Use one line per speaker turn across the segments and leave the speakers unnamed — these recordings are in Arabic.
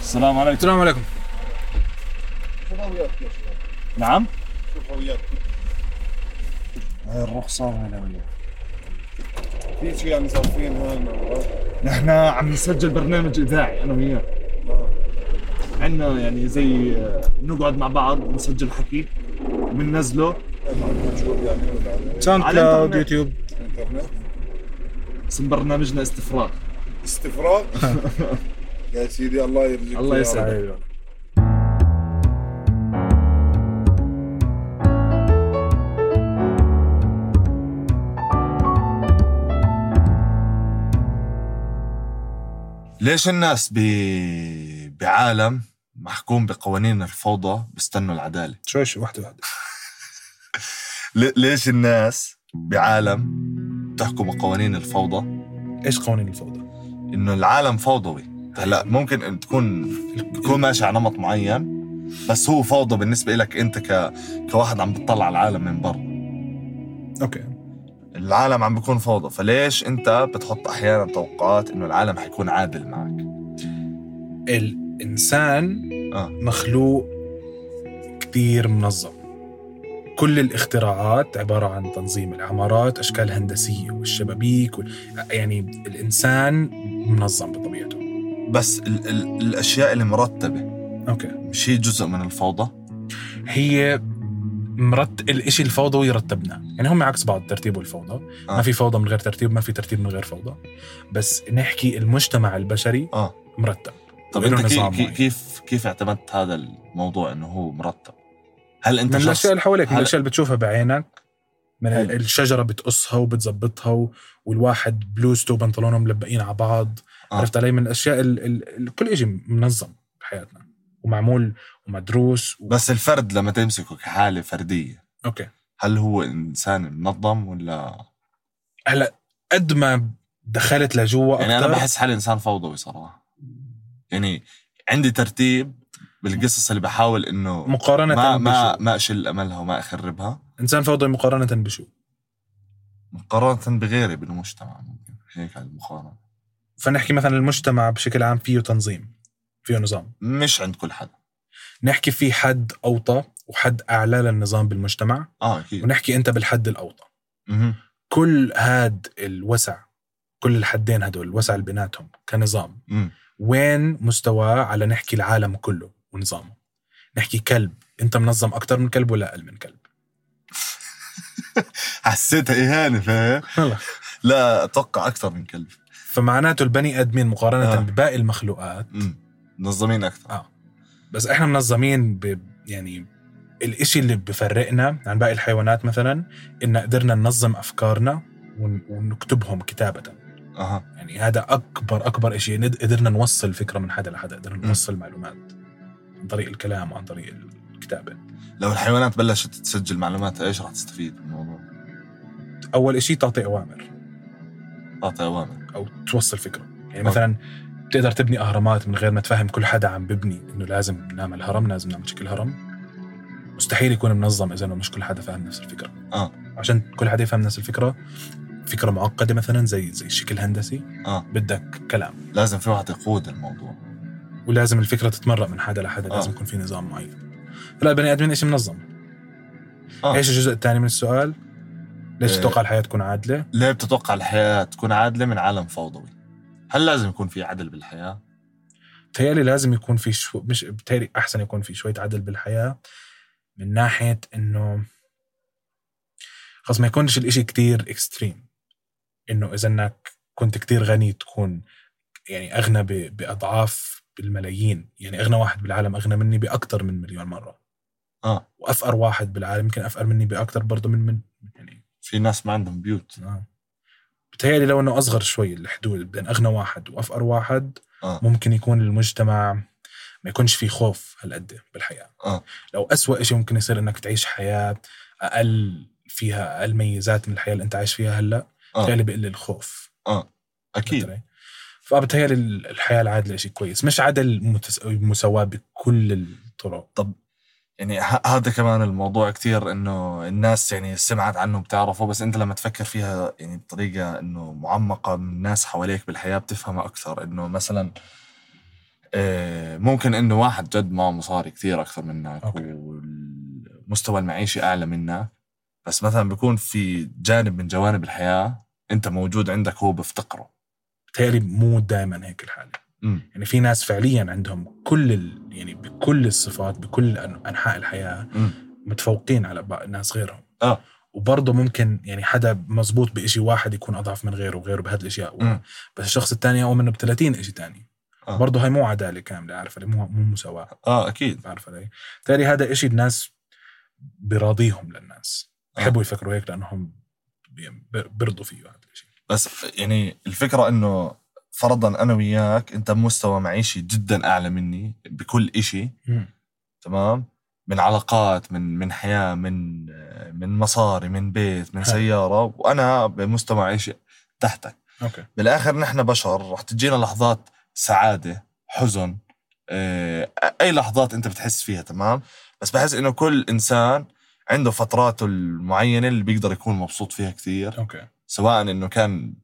السلام عليكم
السلام عليكم
نعم
شوفوا وياكم
هاي الرخصة وهنا
في شيء يعني صار فين هون مرات
نحن عم نسجل برنامج اذاعي انا وياه عندنا يعني زي آه، بنقعد مع بعض نسجل حكي بننزله
عندكم شو بيعملوا على
ساوند
على الإنترنت.
كلاود يوتيوب
الانترنت
اسم برنامجنا استفراغ
استفراغ يا سيدي الله يرزقك
الله
يا
يسعدك.
رب.
ليش الناس ب... بعالم محكوم بقوانين الفوضى بيستنوا العدالة
شوي شوي واحدة واحدة
ل... ليش الناس بعالم بتحكم قوانين الفوضى
ايش قوانين الفوضى؟
انه العالم فوضوي هلا ممكن إن تكون تكون ماشي على نمط معين بس هو فوضى بالنسبة لك انت ك... كواحد عم بتطلع على العالم من برا
اوكي
العالم عم بيكون فوضى فليش انت بتحط احيانا توقعات انه العالم حيكون عادل معك
الانسان
آه.
مخلوق كثير منظم كل الاختراعات عبارة عن تنظيم العمارات أشكال هندسية والشبابيك وال... يعني الإنسان منظم بطبيعته
بس ال... ال... الاشياء المرتبة
أوكي
مش هي جزء من الفوضى
هي مرت الإشي الفوضوي رتبناه يعني هم عكس بعض ترتيب والفوضى آه.
آه.
ما في فوضى من غير ترتيب ما في ترتيب من غير فوضى بس نحكي المجتمع البشري
اه
مرتب
طب
وإله
انت كيف,
نظام
كيف
معين.
كيف كيف اعتمدت هذا الموضوع انه هو مرتب؟ هل انت
من
شخص
الاشياء اللي حواليك من
هلا-
الاشياء اللي بتشوفها بعينك من
حلو.
الشجره بتقصها وبتظبطها و- والواحد بلوزته وبنطلونه ملبقين على بعض
آه.
آه. عرفت علي من الاشياء ال ال ال كل شيء منظم بحياتنا ومعمول ومدروس و...
بس الفرد لما تمسكه كحاله فرديه
اوكي
هل هو انسان منظم ولا
قد ما دخلت لجوا
يعني انا
أكتر،
بحس حالي انسان فوضوي صراحه يعني عندي ترتيب بالقصص اللي بحاول انه
مقارنه
ما ما
بشو
ما اشل املها وما اخربها
انسان فوضى مقارنه بشو
مقارنه بغيري بالمجتمع ممكن هيك على المقارنه
فنحكي مثلا المجتمع بشكل عام فيه تنظيم فيه نظام
مش عند كل حدا
نحكي في حد اوطى وحد اعلى للنظام بالمجتمع
اه اكيد
ونحكي انت بالحد الاوطى
مهم.
كل هاد الوسع كل الحدين هدول الوسع اللي بيناتهم كنظام
مم.
وين مستواه على نحكي العالم كله ونظامه نحكي كلب انت منظم اكتر من كلب ولا اقل من كلب
حسيتها اهانه فاهم؟
والله.
لا اتوقع اكثر من كلب
فمعناته البني ادمين مقارنه
آه.
آه. بباقي المخلوقات
مم. منظمين اكثر
آه. بس احنا منظمين ب يعني الاشي اللي بفرقنا عن باقي الحيوانات مثلا ان قدرنا ننظم افكارنا ون- ونكتبهم كتابه
اها
يعني هذا اكبر اكبر شيء ند- قدرنا نوصل فكره من حدا لحدا قدرنا
م.
نوصل معلومات عن طريق الكلام وعن طريق الكتابه
لو الحيوانات بلشت تسجل معلوماتها ايش رح تستفيد من الموضوع؟
اول شيء تعطي اوامر
تعطي اوامر
او توصل فكره يعني مثلا بتقدر تبني اهرامات من غير ما تفهم كل حدا عم ببني انه لازم نعمل هرم لازم نعمل شكل هرم مستحيل يكون منظم اذا إنه مش كل حدا فاهم نفس الفكره
آه.
عشان كل حدا يفهم نفس الفكره فكره معقده مثلا زي زي شكل هندسي
اه
بدك كلام
لازم في واحد يقود الموضوع
ولازم الفكره تتمرق من حدا لحدا
آه.
لازم يكون في نظام معين فلا البني ادمين شيء منظم
آه.
ايش الجزء الثاني من السؤال؟ ليش
آه.
تتوقع الحياه تكون عادله؟
ليه بتتوقع الحياه تكون عادله من عالم فوضوي؟ هل لازم يكون في عدل بالحياه؟
بتهيألي لازم يكون في شو... مش بتهيألي احسن يكون في شويه عدل بالحياه من ناحيه انه خلص ما يكونش الإشي كتير اكستريم انه اذا انك كنت كتير غني تكون يعني اغنى ب... باضعاف بالملايين يعني اغنى واحد بالعالم اغنى مني باكثر من مليون مره
آه.
وافقر واحد بالعالم يمكن افقر مني باكثر برضه من من يعني
في ناس ما عندهم بيوت
آه. بتهيألي لو انه اصغر شوي الحدود بين اغنى واحد وافقر واحد
آه.
ممكن يكون المجتمع ما يكونش في خوف هالقد بالحياه
آه.
لو أسوأ شيء ممكن يصير انك تعيش حياه اقل فيها اقل ميزات من الحياه اللي انت عايش فيها هلا
آه.
بتهيألي بقل الخوف
اكيد
فهمت علي؟ فبتهيألي الحياه العادله شيء كويس مش عدل متس... مساواه بكل الطرق
يعني ه- هذا كمان الموضوع كثير انه الناس يعني سمعت عنه بتعرفه بس انت لما تفكر فيها يعني بطريقه انه معمقه من الناس حواليك بالحياه بتفهمها اكثر انه مثلا آه، ممكن انه واحد جد معه مصاري كثير اكثر منك
أوكي.
والمستوى المعيشي اعلى منك بس مثلا بيكون في جانب من جوانب الحياه انت موجود عندك هو بيفتقره
بتهيألي مو دائما هيك الحاله
مم.
يعني في ناس فعليا عندهم كل ال... يعني بكل الصفات بكل أن- انحاء الحياه
مم.
متفوقين على بق- ناس غيرهم
آه.
وبرضه ممكن يعني حدا مزبوط بشيء واحد يكون اضعف من غيره وغيره بهاد الاشياء
مم.
بس الشخص الثاني اقوى منه ب 30 شيء ثاني
آه.
برضه هاي مو عداله كامله عارفه لي؟ مو مو مساواه
اه اكيد
بعرف علي تاري هذا إشي الناس براضيهم للناس
آه.
بحبوا يفكروا هيك لانهم بي- برضوا فيه هذا الشيء
بس يعني الفكره انه فرضا انا وياك انت بمستوى معيشي جدا اعلى مني بكل إشي تمام من علاقات من من حياه من من مصاري من بيت من
حلو.
سياره وانا بمستوى معيشي تحتك
اوكي
بالاخر نحن بشر رح تجينا لحظات سعاده حزن آه، اي لحظات انت بتحس فيها تمام بس بحس انه كل انسان عنده فتراته المعينه اللي بيقدر يكون مبسوط فيها كثير
اوكي
سواء انه كان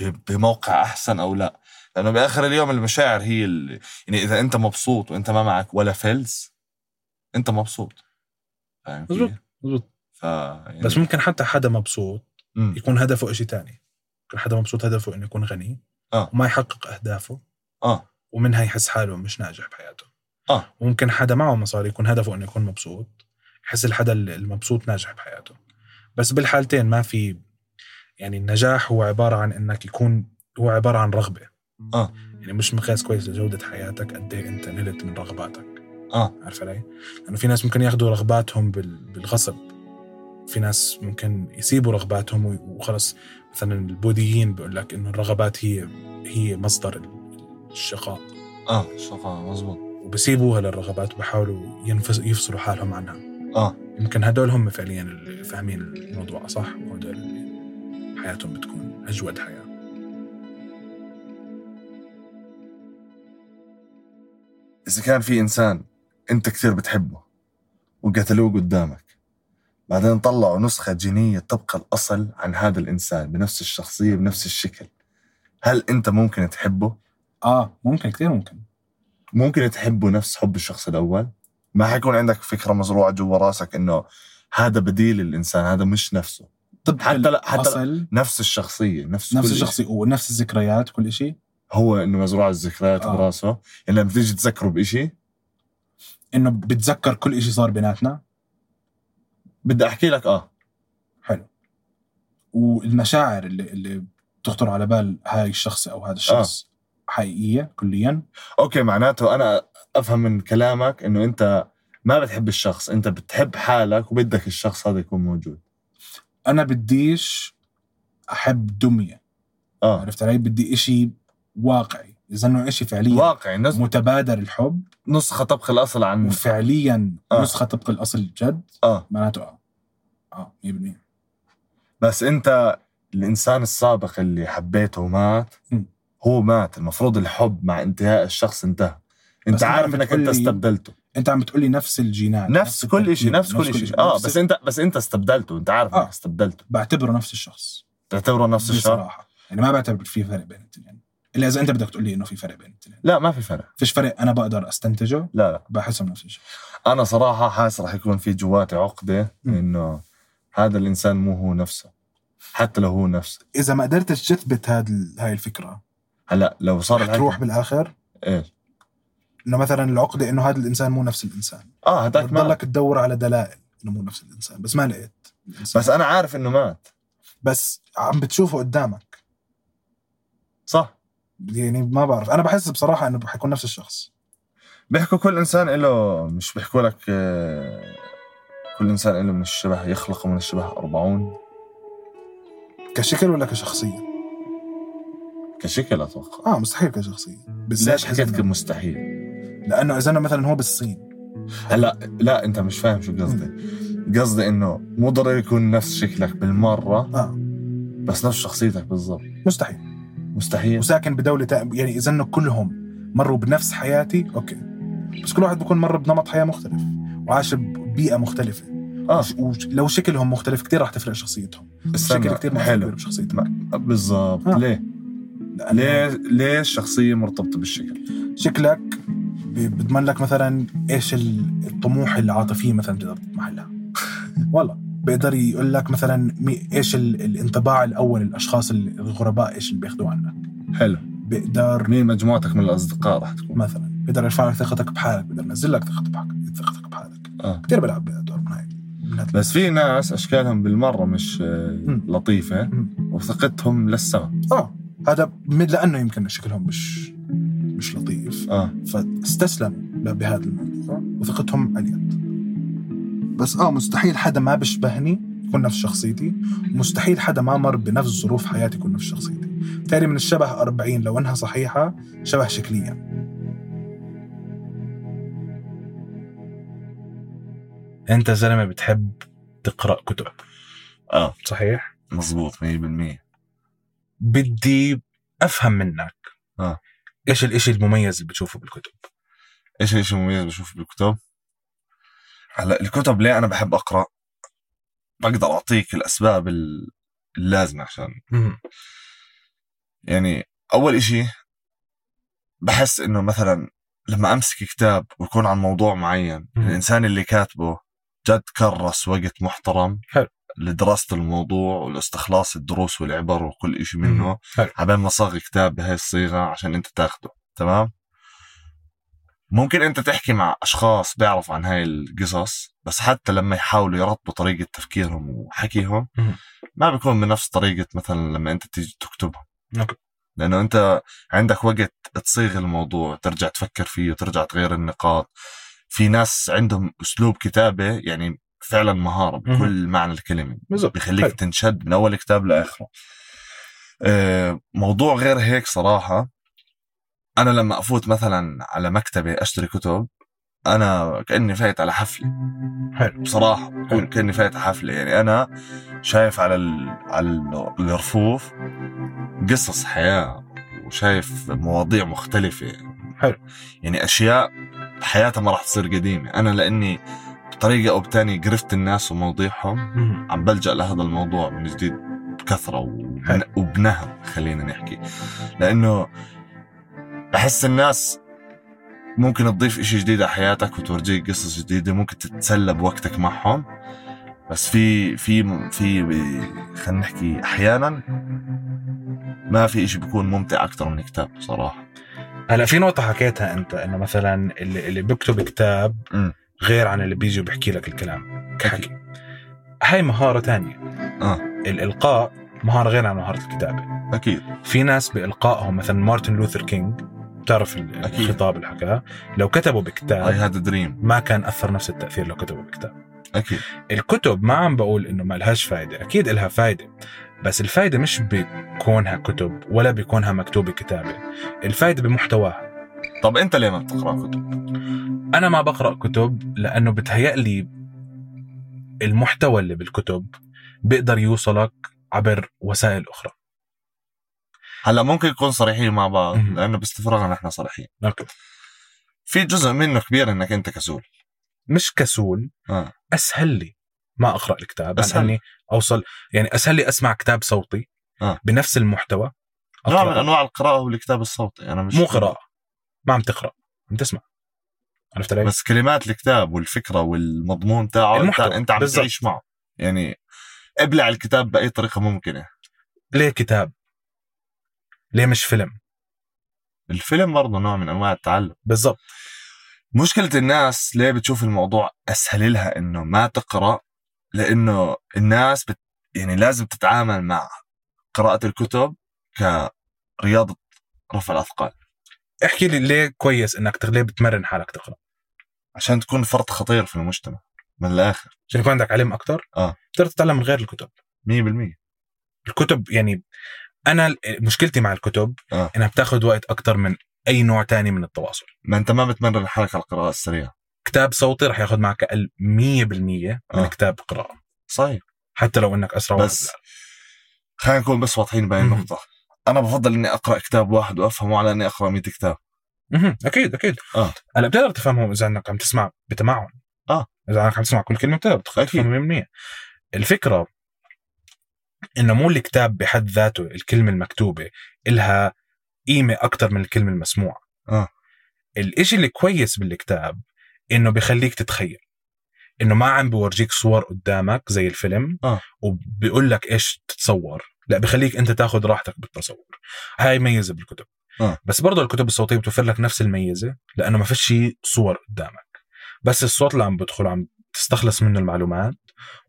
ب- بموقع احسن او لا لانه باخر اليوم المشاعر هي اللي يعني اذا انت مبسوط وانت ما معك ولا فلس انت مبسوط فاهم
مزبوط.
كيف؟
مزبوط.
ف يعني
بس ممكن حتى حدا مبسوط
مم.
يكون هدفه إشي تاني ممكن حدا مبسوط هدفه انه يكون غني
آه.
وما يحقق اهدافه
اه
ومنها يحس حاله مش ناجح بحياته
آه.
وممكن حدا معه مصاري يكون هدفه انه يكون مبسوط يحس الحدا المبسوط ناجح بحياته بس بالحالتين ما في يعني النجاح هو عبارة عن انك يكون هو عبارة عن رغبة
آه.
يعني مش مقياس كويس لجودة حياتك قد ايه انت نلت من رغباتك
آه.
عارف علي؟ لأنه في ناس ممكن ياخذوا رغباتهم بال- بالغصب في ناس ممكن يسيبوا رغباتهم وي- وخلص مثلا البوذيين بيقول لك انه الرغبات هي هي مصدر الشقاء
اه شغله مزبوط
وبسيبوها للرغبات وبحاولوا ينفس يفصلوا حالهم عنها
اه
يمكن هدول هم فعليا اللي فاهمين الموضوع صح وهدول اللي حياتهم بتكون اجود حياه
اذا كان في انسان انت كثير بتحبه وقتلوه قدامك بعدين طلعوا نسخة جينية تبقى الأصل عن هذا الإنسان بنفس الشخصية بنفس الشكل هل أنت ممكن تحبه؟
آه،
اه ممكن كثير ممكن
ممكن تحبه نفس حب الشخص الاول ما حيكون عندك فكره مزروعه جوا راسك انه هذا بديل الانسان هذا مش نفسه
طب
حتى لا حتى لا
اصل
نفس الشخصيه نفس
نفس
كل
الشخص ونفس الذكريات كل شيء
هو انه مزروع الذكريات
آه.
آه. براسه يعني لما تيجي تذكره بإشي
انه بتذكر كل شيء صار بيناتنا
بدي احكي لك اه
والمشاعر اللي اللي بتخطر على بال هاي الشخص او هذا الشخص آه. حقيقيه كليا
اوكي معناته انا افهم من كلامك انه انت ما بتحب الشخص انت بتحب حالك وبدك الشخص هذا يكون موجود
انا بديش احب دميه
اه
عرفت علي بدي إشي واقعي اذا انه إشي فعليا
واقعي نس-
متبادر الحب
نسخه طبخ الاصل عن
وفعليا
آه.
آه. نسخه طبق الاصل جد
اه
معناته اه اه 100%
بس انت الانسان السابق اللي حبيته ومات
م.
هو مات المفروض الحب مع انتهاء الشخص انتهى انت
بس أنا
عارف
عم
انك
بتقول
انت
لي
استبدلته
انت عم بتقولي نفس الجينات
نفس كل شيء
التركيب،
نفس كل شيء اه
نفس-
بس انت بس انت استبدلته انت عارف
آه.
انك استبدلته
بعتبره نفس الشخص
تعتبره نفس الشخص
بصراحه يعني ما بعتبر في فرق بين الاثنين الا اذا انت بدك تقول لي انه في فرق بين الاثنين
لا ما في فرق
فيش فرق انا بقدر استنتجه
لا لا
بحسهم نفس الشيء
انا صراحه حاسس رح يكون في جواتي عقده
م.
انه هذا الانسان مو هو نفسه حتى لو هو نفسه
اذا ما قدرتش تثبت هاد ال- هاي الفكره
هلا لو صار
رح
هيك-
تروح بالاخر
ايه
انه مثلا العقده انه هذا الانسان مو نفس الانسان
اه هداك مات
بتضلك تدور على دلائل انه مو نفس الانسان بس ما لقيت الإنسان.
بس انا عارف انه مات
بس عم بتشوفه قدامك
صح
يعني ما بعرف انا بحس بصراحه انه حيكون نفس الشخص
بيحكوا كل انسان له مش بيحكوا لك آه، كل انسان له من الشبه يخلق من الشبه أربعون
كشكل ولا كشخصيه
كشكل اتوقع
اه مستحيل كشخصيه بالذات
ليش
إذا-
حكيت مستحيل
لانه اذا أنا مثلا هو بالصين
هلا لا انت مش فاهم شو قصدي قصدي انه مو ضروري يكون نفس شكلك بالمره
اه
بس نفس شخصيتك بالضبط
مستحيل
مستحيل
وساكن بدولة تا- يعني إذا إنه كلهم مروا بنفس حياتي أوكي بس كل واحد بيكون مر بنمط حياة مختلف وعاش ببيئة مختلفة
اه
وش- ولو شكلهم مختلف كتير رح تفرق شخصيتهم
استنى
شكل كتير ما حلو
حلو
بشخصيتهم
ما- بالضبط
آه.
ليه
لأنه
ليه ليه الشخصيه مرتبطه بالشكل
شكلك ب- بضمن لك مثلا ايش ال- الطموح العاطفيه مثلا بتقدر محلها والله بيقدر يقول لك مثلا مي- ايش ال- الانطباع الاول الاشخاص ال- الغرباء ايش اللي بياخذوه عنك
حلو
بيقدر
مين مجموعتك من الاصدقاء راح تكون
مثلا بيقدر يرفع لك ثقتك بحالك بيقدر ينزل لك ثقتك بحالك ثقتك بحالك
آه.
كثير بلعب بدور من هاي من هاد-
بس في ناس اشكالهم بالمره مش آه، لطيفه
مم.
وثقتهم للسما
اه هذا من- لانه يمكن شكلهم مش مش لطيف
اه
فاستسلموا ل- بهذا الموضوع وثقتهم عليت بس اه مستحيل حدا ما بيشبهني يكون نفس شخصيتي مستحيل حدا ما مر بنفس ظروف حياتي يكون نفس شخصيتي بالتالي من الشبه 40 لو انها صحيحه شبه شكليا
انت زلمه بتحب تقرا كتب
آه.
صحيح
مزبوط 100%
بدي افهم منك
آه.
ايش الاشي المميز اللي بتشوفه بالكتب
ايش ايش مميز بشوف بالكتب هلا الكتب ليه انا بحب اقرا بقدر اعطيك الاسباب ال- اللازمه عشان يعني اول إشي بحس انه مثلا لما امسك كتاب ويكون عن موضوع معين
مم.
الانسان اللي كاتبه جد كرس وقت محترم
حلو.
لدراسة الموضوع والاستخلاص الدروس والعبر وكل إشي منه
حلو.
عبال ما صاغ كتاب بهاي الصيغة عشان أنت تاخده تمام ممكن أنت تحكي مع أشخاص بيعرفوا عن هاي القصص بس حتى لما يحاولوا يربطوا طريقة تفكيرهم وحكيهم
مم.
ما بيكون بنفس طريقة مثلا لما أنت تيجي تكتبها
أوكي.
لانه انت عندك وقت تصيغ الموضوع ترجع تفكر فيه وترجع تغير النقاط في ناس عندهم اسلوب كتابه يعني فعلا مهاره
مهم.
بكل معنى الكلمه
بالضبط
بيخليك
حلو.
تنشد من اول كتاب لاخره آه، موضوع غير هيك صراحه انا لما افوت مثلا على مكتبه اشتري كتب انا كاني فايت على حفله
حلو.
بصراحه بكون
حلو.
كاني فايت على حفله يعني انا شايف على ال... على ال- الرفوف قصص حياه وشايف مواضيع مختلفه
حلو.
يعني اشياء حياتها ما راح تصير قديمه انا لاني بطريقه او بتانية قرفت الناس ومواضيعهم
مم.
عم بلجأ لهذا الموضوع من جديد بكثرة وبن...
حلو.
وبنهم خلينا نحكي لأنه بحس الناس ممكن تضيف إشي جديد على حياتك وتورجيك قصص جديدة ممكن تتسلى بوقتك معهم بس في في في خلينا نحكي أحيانا ما في إشي بيكون ممتع أكثر من كتاب صراحة
هلا في نقطه حكيتها انت انه مثلا اللي, اللي بيكتب كتاب
مم.
غير عن اللي بيجي وبيحكي لك الكلام كحكي هاي مهاره تانية
آه.
الالقاء مهاره غير عن مهاره الكتابه
أكيد
في ناس بإلقائهم مثلا مارتن لوثر كينج بتعرف ال-
أكيد.
الخطاب اللي حكاه لو كتبه
I
بكتاب
had a dream
ما كان أثر نفس التأثير لو كتبه بكتاب
أكيد
الكتب ما عم بقول إنه ما لهاش فايدة أكيد إلها فايدة بس الفايدة مش بكونها كتب ولا بكونها مكتوبة كتابة الفايدة بمحتواها
طب أنت ليه ما بتقرأ كتب؟
أنا ما بقرأ كتب لأنه بتهيألي المحتوى اللي بالكتب بيقدر يوصلك عبر وسائل أخرى
هلا ممكن نكون صريحين مع بعض
مهم.
لأنه باستفراغنا نحن صريحين
أوكي.
في جزء منه كبير انك انت كسول
مش كسول
آه.
اسهل لي ما اقرا الكتاب
أسهل.
اسهل اني اوصل يعني اسهل لي اسمع كتاب صوتي
آه.
بنفس المحتوى
نوع من
أقرأ.
انواع القراءه هو الكتاب الصوتي انا مش
مو قراءه ما عم تقرا عم تسمع عرفت علي؟
بس كلمات الكتاب والفكره والمضمون تاعه انت
المحتوى.
انت عم
بالضبط.
تعيش معه يعني ابلع الكتاب باي طريقه ممكنه
ليه كتاب؟ ليه مش فيلم؟
الفيلم برضه نوع من انواع التعلم
بالضبط
مشكله الناس ليه بتشوف الموضوع اسهل لها انه ما تقرا لانه الناس بت... يعني لازم تتعامل مع قراءه الكتب كرياضه رفع الاثقال
احكي لي ليه كويس انك تغ- ليه بتمرن حالك تقرا؟
عشان تكون فرد خطير في المجتمع من الاخر
عشان يكون عندك علم اكثر
آه.
بتقدر تتعلم من غير الكتب
100%
الكتب يعني انا ال- مشكلتي مع الكتب
آه.
انها بتاخذ وقت اكثر من اي نوع تاني من التواصل
ما انت ما بتمرن حالك على القراءه السريعه
كتاب صوتي رح ياخذ معك اقل 100% من
آه.
آه. كتاب قراءه
صحيح
حتى لو انك اسرع واحد
بس
بالعالم.
خلينا نكون بس واضحين بهي
مهم.
النقطه انا بفضل اني اقرا كتاب واحد وافهمه على اني اقرا 100 كتاب
مهم. اكيد اكيد
آه.
هلا بتقدر تفهمه اذا انك عم تسمع بتمعن
آه.
اذا انك عم تسمع كل كلمه بتقدر تخ-
أكيد.
تفهمه 100% الفكره انه مو الكتاب بحد ذاته الكلمه المكتوبه إلها قيمه اكثر من الكلمه المسموعه
آه.
الإشي الكويس بالكتاب إنه بخليك تتخيل إنه ما عم بورجيك صور قدامك زي الفيلم
آه.
وبيقول لك إيش تتصور لا بخليك أنت تاخذ راحتك بالتصور هاي ميزة بالكتب
آه.
بس برضه الكتب الصوتية بتوفر لك نفس الميزة لأنه ما فيش صور قدامك بس الصوت اللي عم بدخله عم تستخلص منه المعلومات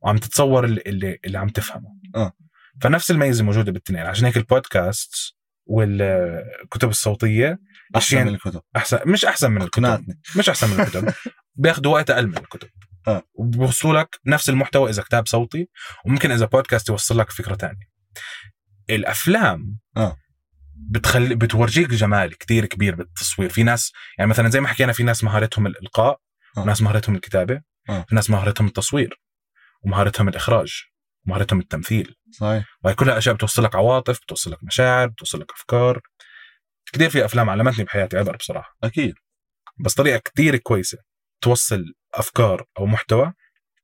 وعم تتصور اللي, اللي, اللي عم تفهمه
آه.
فنفس الميزة موجودة بالتنين عشان هيك البودكاست والكتب الصوتية
احسن
عشان-
من الكتب
احسن مش احسن من الكتب
اقنعتني
مش احسن من الكتب بياخذوا وقت اقل من الكتب
آه.
وبوصلوا لك نفس المحتوى اذا كتاب صوتي وممكن اذا بودكاست يوصل لك فكره تانية الافلام
آه.
بتخلي بتورجيك جمال كتير كبير بالتصوير في ناس يعني مثلا زي ما حكينا في ناس مهارتهم الالقاء
آه.
وناس مهارتهم الكتابه
آه.
في ناس مهارتهم التصوير ومهارتهم الاخراج ومهارتهم التمثيل
صحيح
وهي كلها اشياء بتوصل لك عواطف بتوصل لك مشاعر بتوصل لك افكار كثير في افلام علمتني بحياتي عبر بصراحه
اكيد
بس طريقه كتير كويسه توصل افكار او محتوى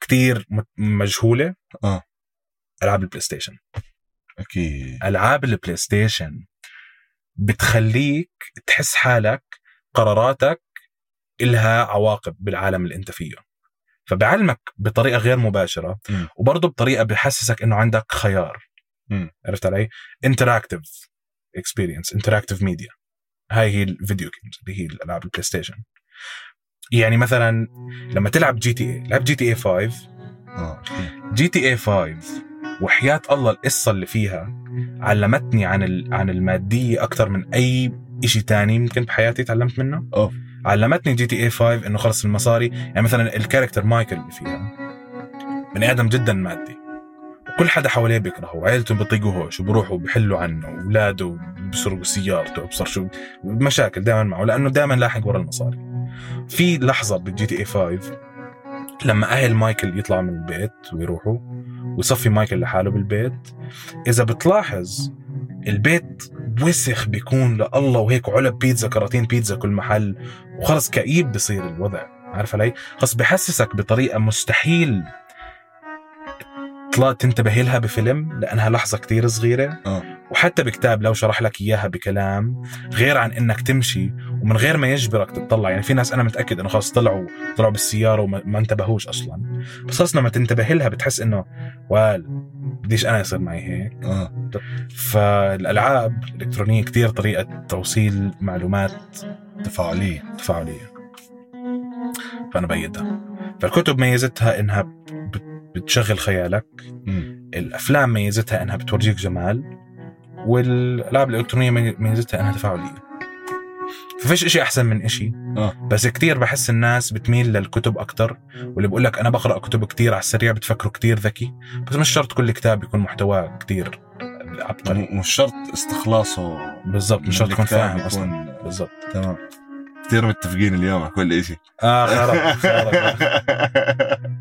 كتير م- مجهوله
آه.
العاب البلاي ستيشن
اكيد
العاب البلاي ستيشن بتخليك تحس حالك قراراتك إلها عواقب بالعالم اللي انت فيه فبعلمك بطريقه غير مباشره
مم.
وبرضه بطريقه بحسسك انه عندك خيار
مم.
عرفت علي انتراكتيف اكسبيرينس انتراكتيف ميديا هاي هي الفيديو جيمز اللي هي الالعاب البلاي ستيشن يعني مثلا لما تلعب جي تي اي لعب جي تي اي 5
اه أكيد.
جي تي اي 5 وحياة الله القصة اللي فيها علمتني عن ال... عن المادية أكثر من أي إشي تاني ممكن بحياتي تعلمت منه
أوه.
علمتني جي تي اي 5 إنه خلص المصاري يعني مثلا الكاركتر مايكل اللي فيها بني آدم جدا مادي وكل حدا حواليه بيكرهه وعيلته بيطيقوهوش وبروحوا بحلوا عنه وأولاده بسرقوا سيارته وبصر شو مشاكل دائما معه لأنه دائما لاحق ورا المصاري في لحظة بالجي تي إيه اي 5 لما اهل مايكل يطلعوا من البيت ويروحوا ويصفي مايكل لحاله بالبيت اذا بتلاحظ البيت وسخ بيكون لله وهيك علب بيتزا كراتين بيتزا كل محل وخلص كئيب بصير الوضع عارف علي خلص بحسسك بطريقه مستحيل طلعت تنتبه لها بفيلم لانها لحظه كتير صغيره
آه.
وحتى بكتاب لو شرح لك اياها بكلام غير عن انك تمشي ومن غير ما يجبرك تطلع يعني في ناس انا متاكد انه خلص طلعوا طلعوا بالسياره وما ما انتبهوش اصلا بس خلص لما تنتبه لها بتحس انه وال بديش انا يصير معي هيك
اه
فالالعاب الالكترونيه كثير طريقه توصيل معلومات
تفاعليه
تفاعليه فانا بأيدها فالكتب ميزتها انها بت- بتشغل خيالك
أمم.
الافلام ميزتها انها بتورجيك جمال والالعاب الالكترونيه مي- ميزتها انها تفاعليه ففيش اشي احسن من اشي
آه.
بس كتير بحس الناس بتميل للكتب اكتر واللي بقول لك انا بقرا كتب كتير على السريع بتفكره كتير ذكي بس مش شرط كل كتاب يكون محتواه كتير عبقري
م- مش شرط استخلاصه
بالضبط مش شرط تكون
الكتاب
فاهم
يكون-
اصلا بالضبط آه،
تمام كثير متفقين اليوم على كل شيء
اه خرب خرب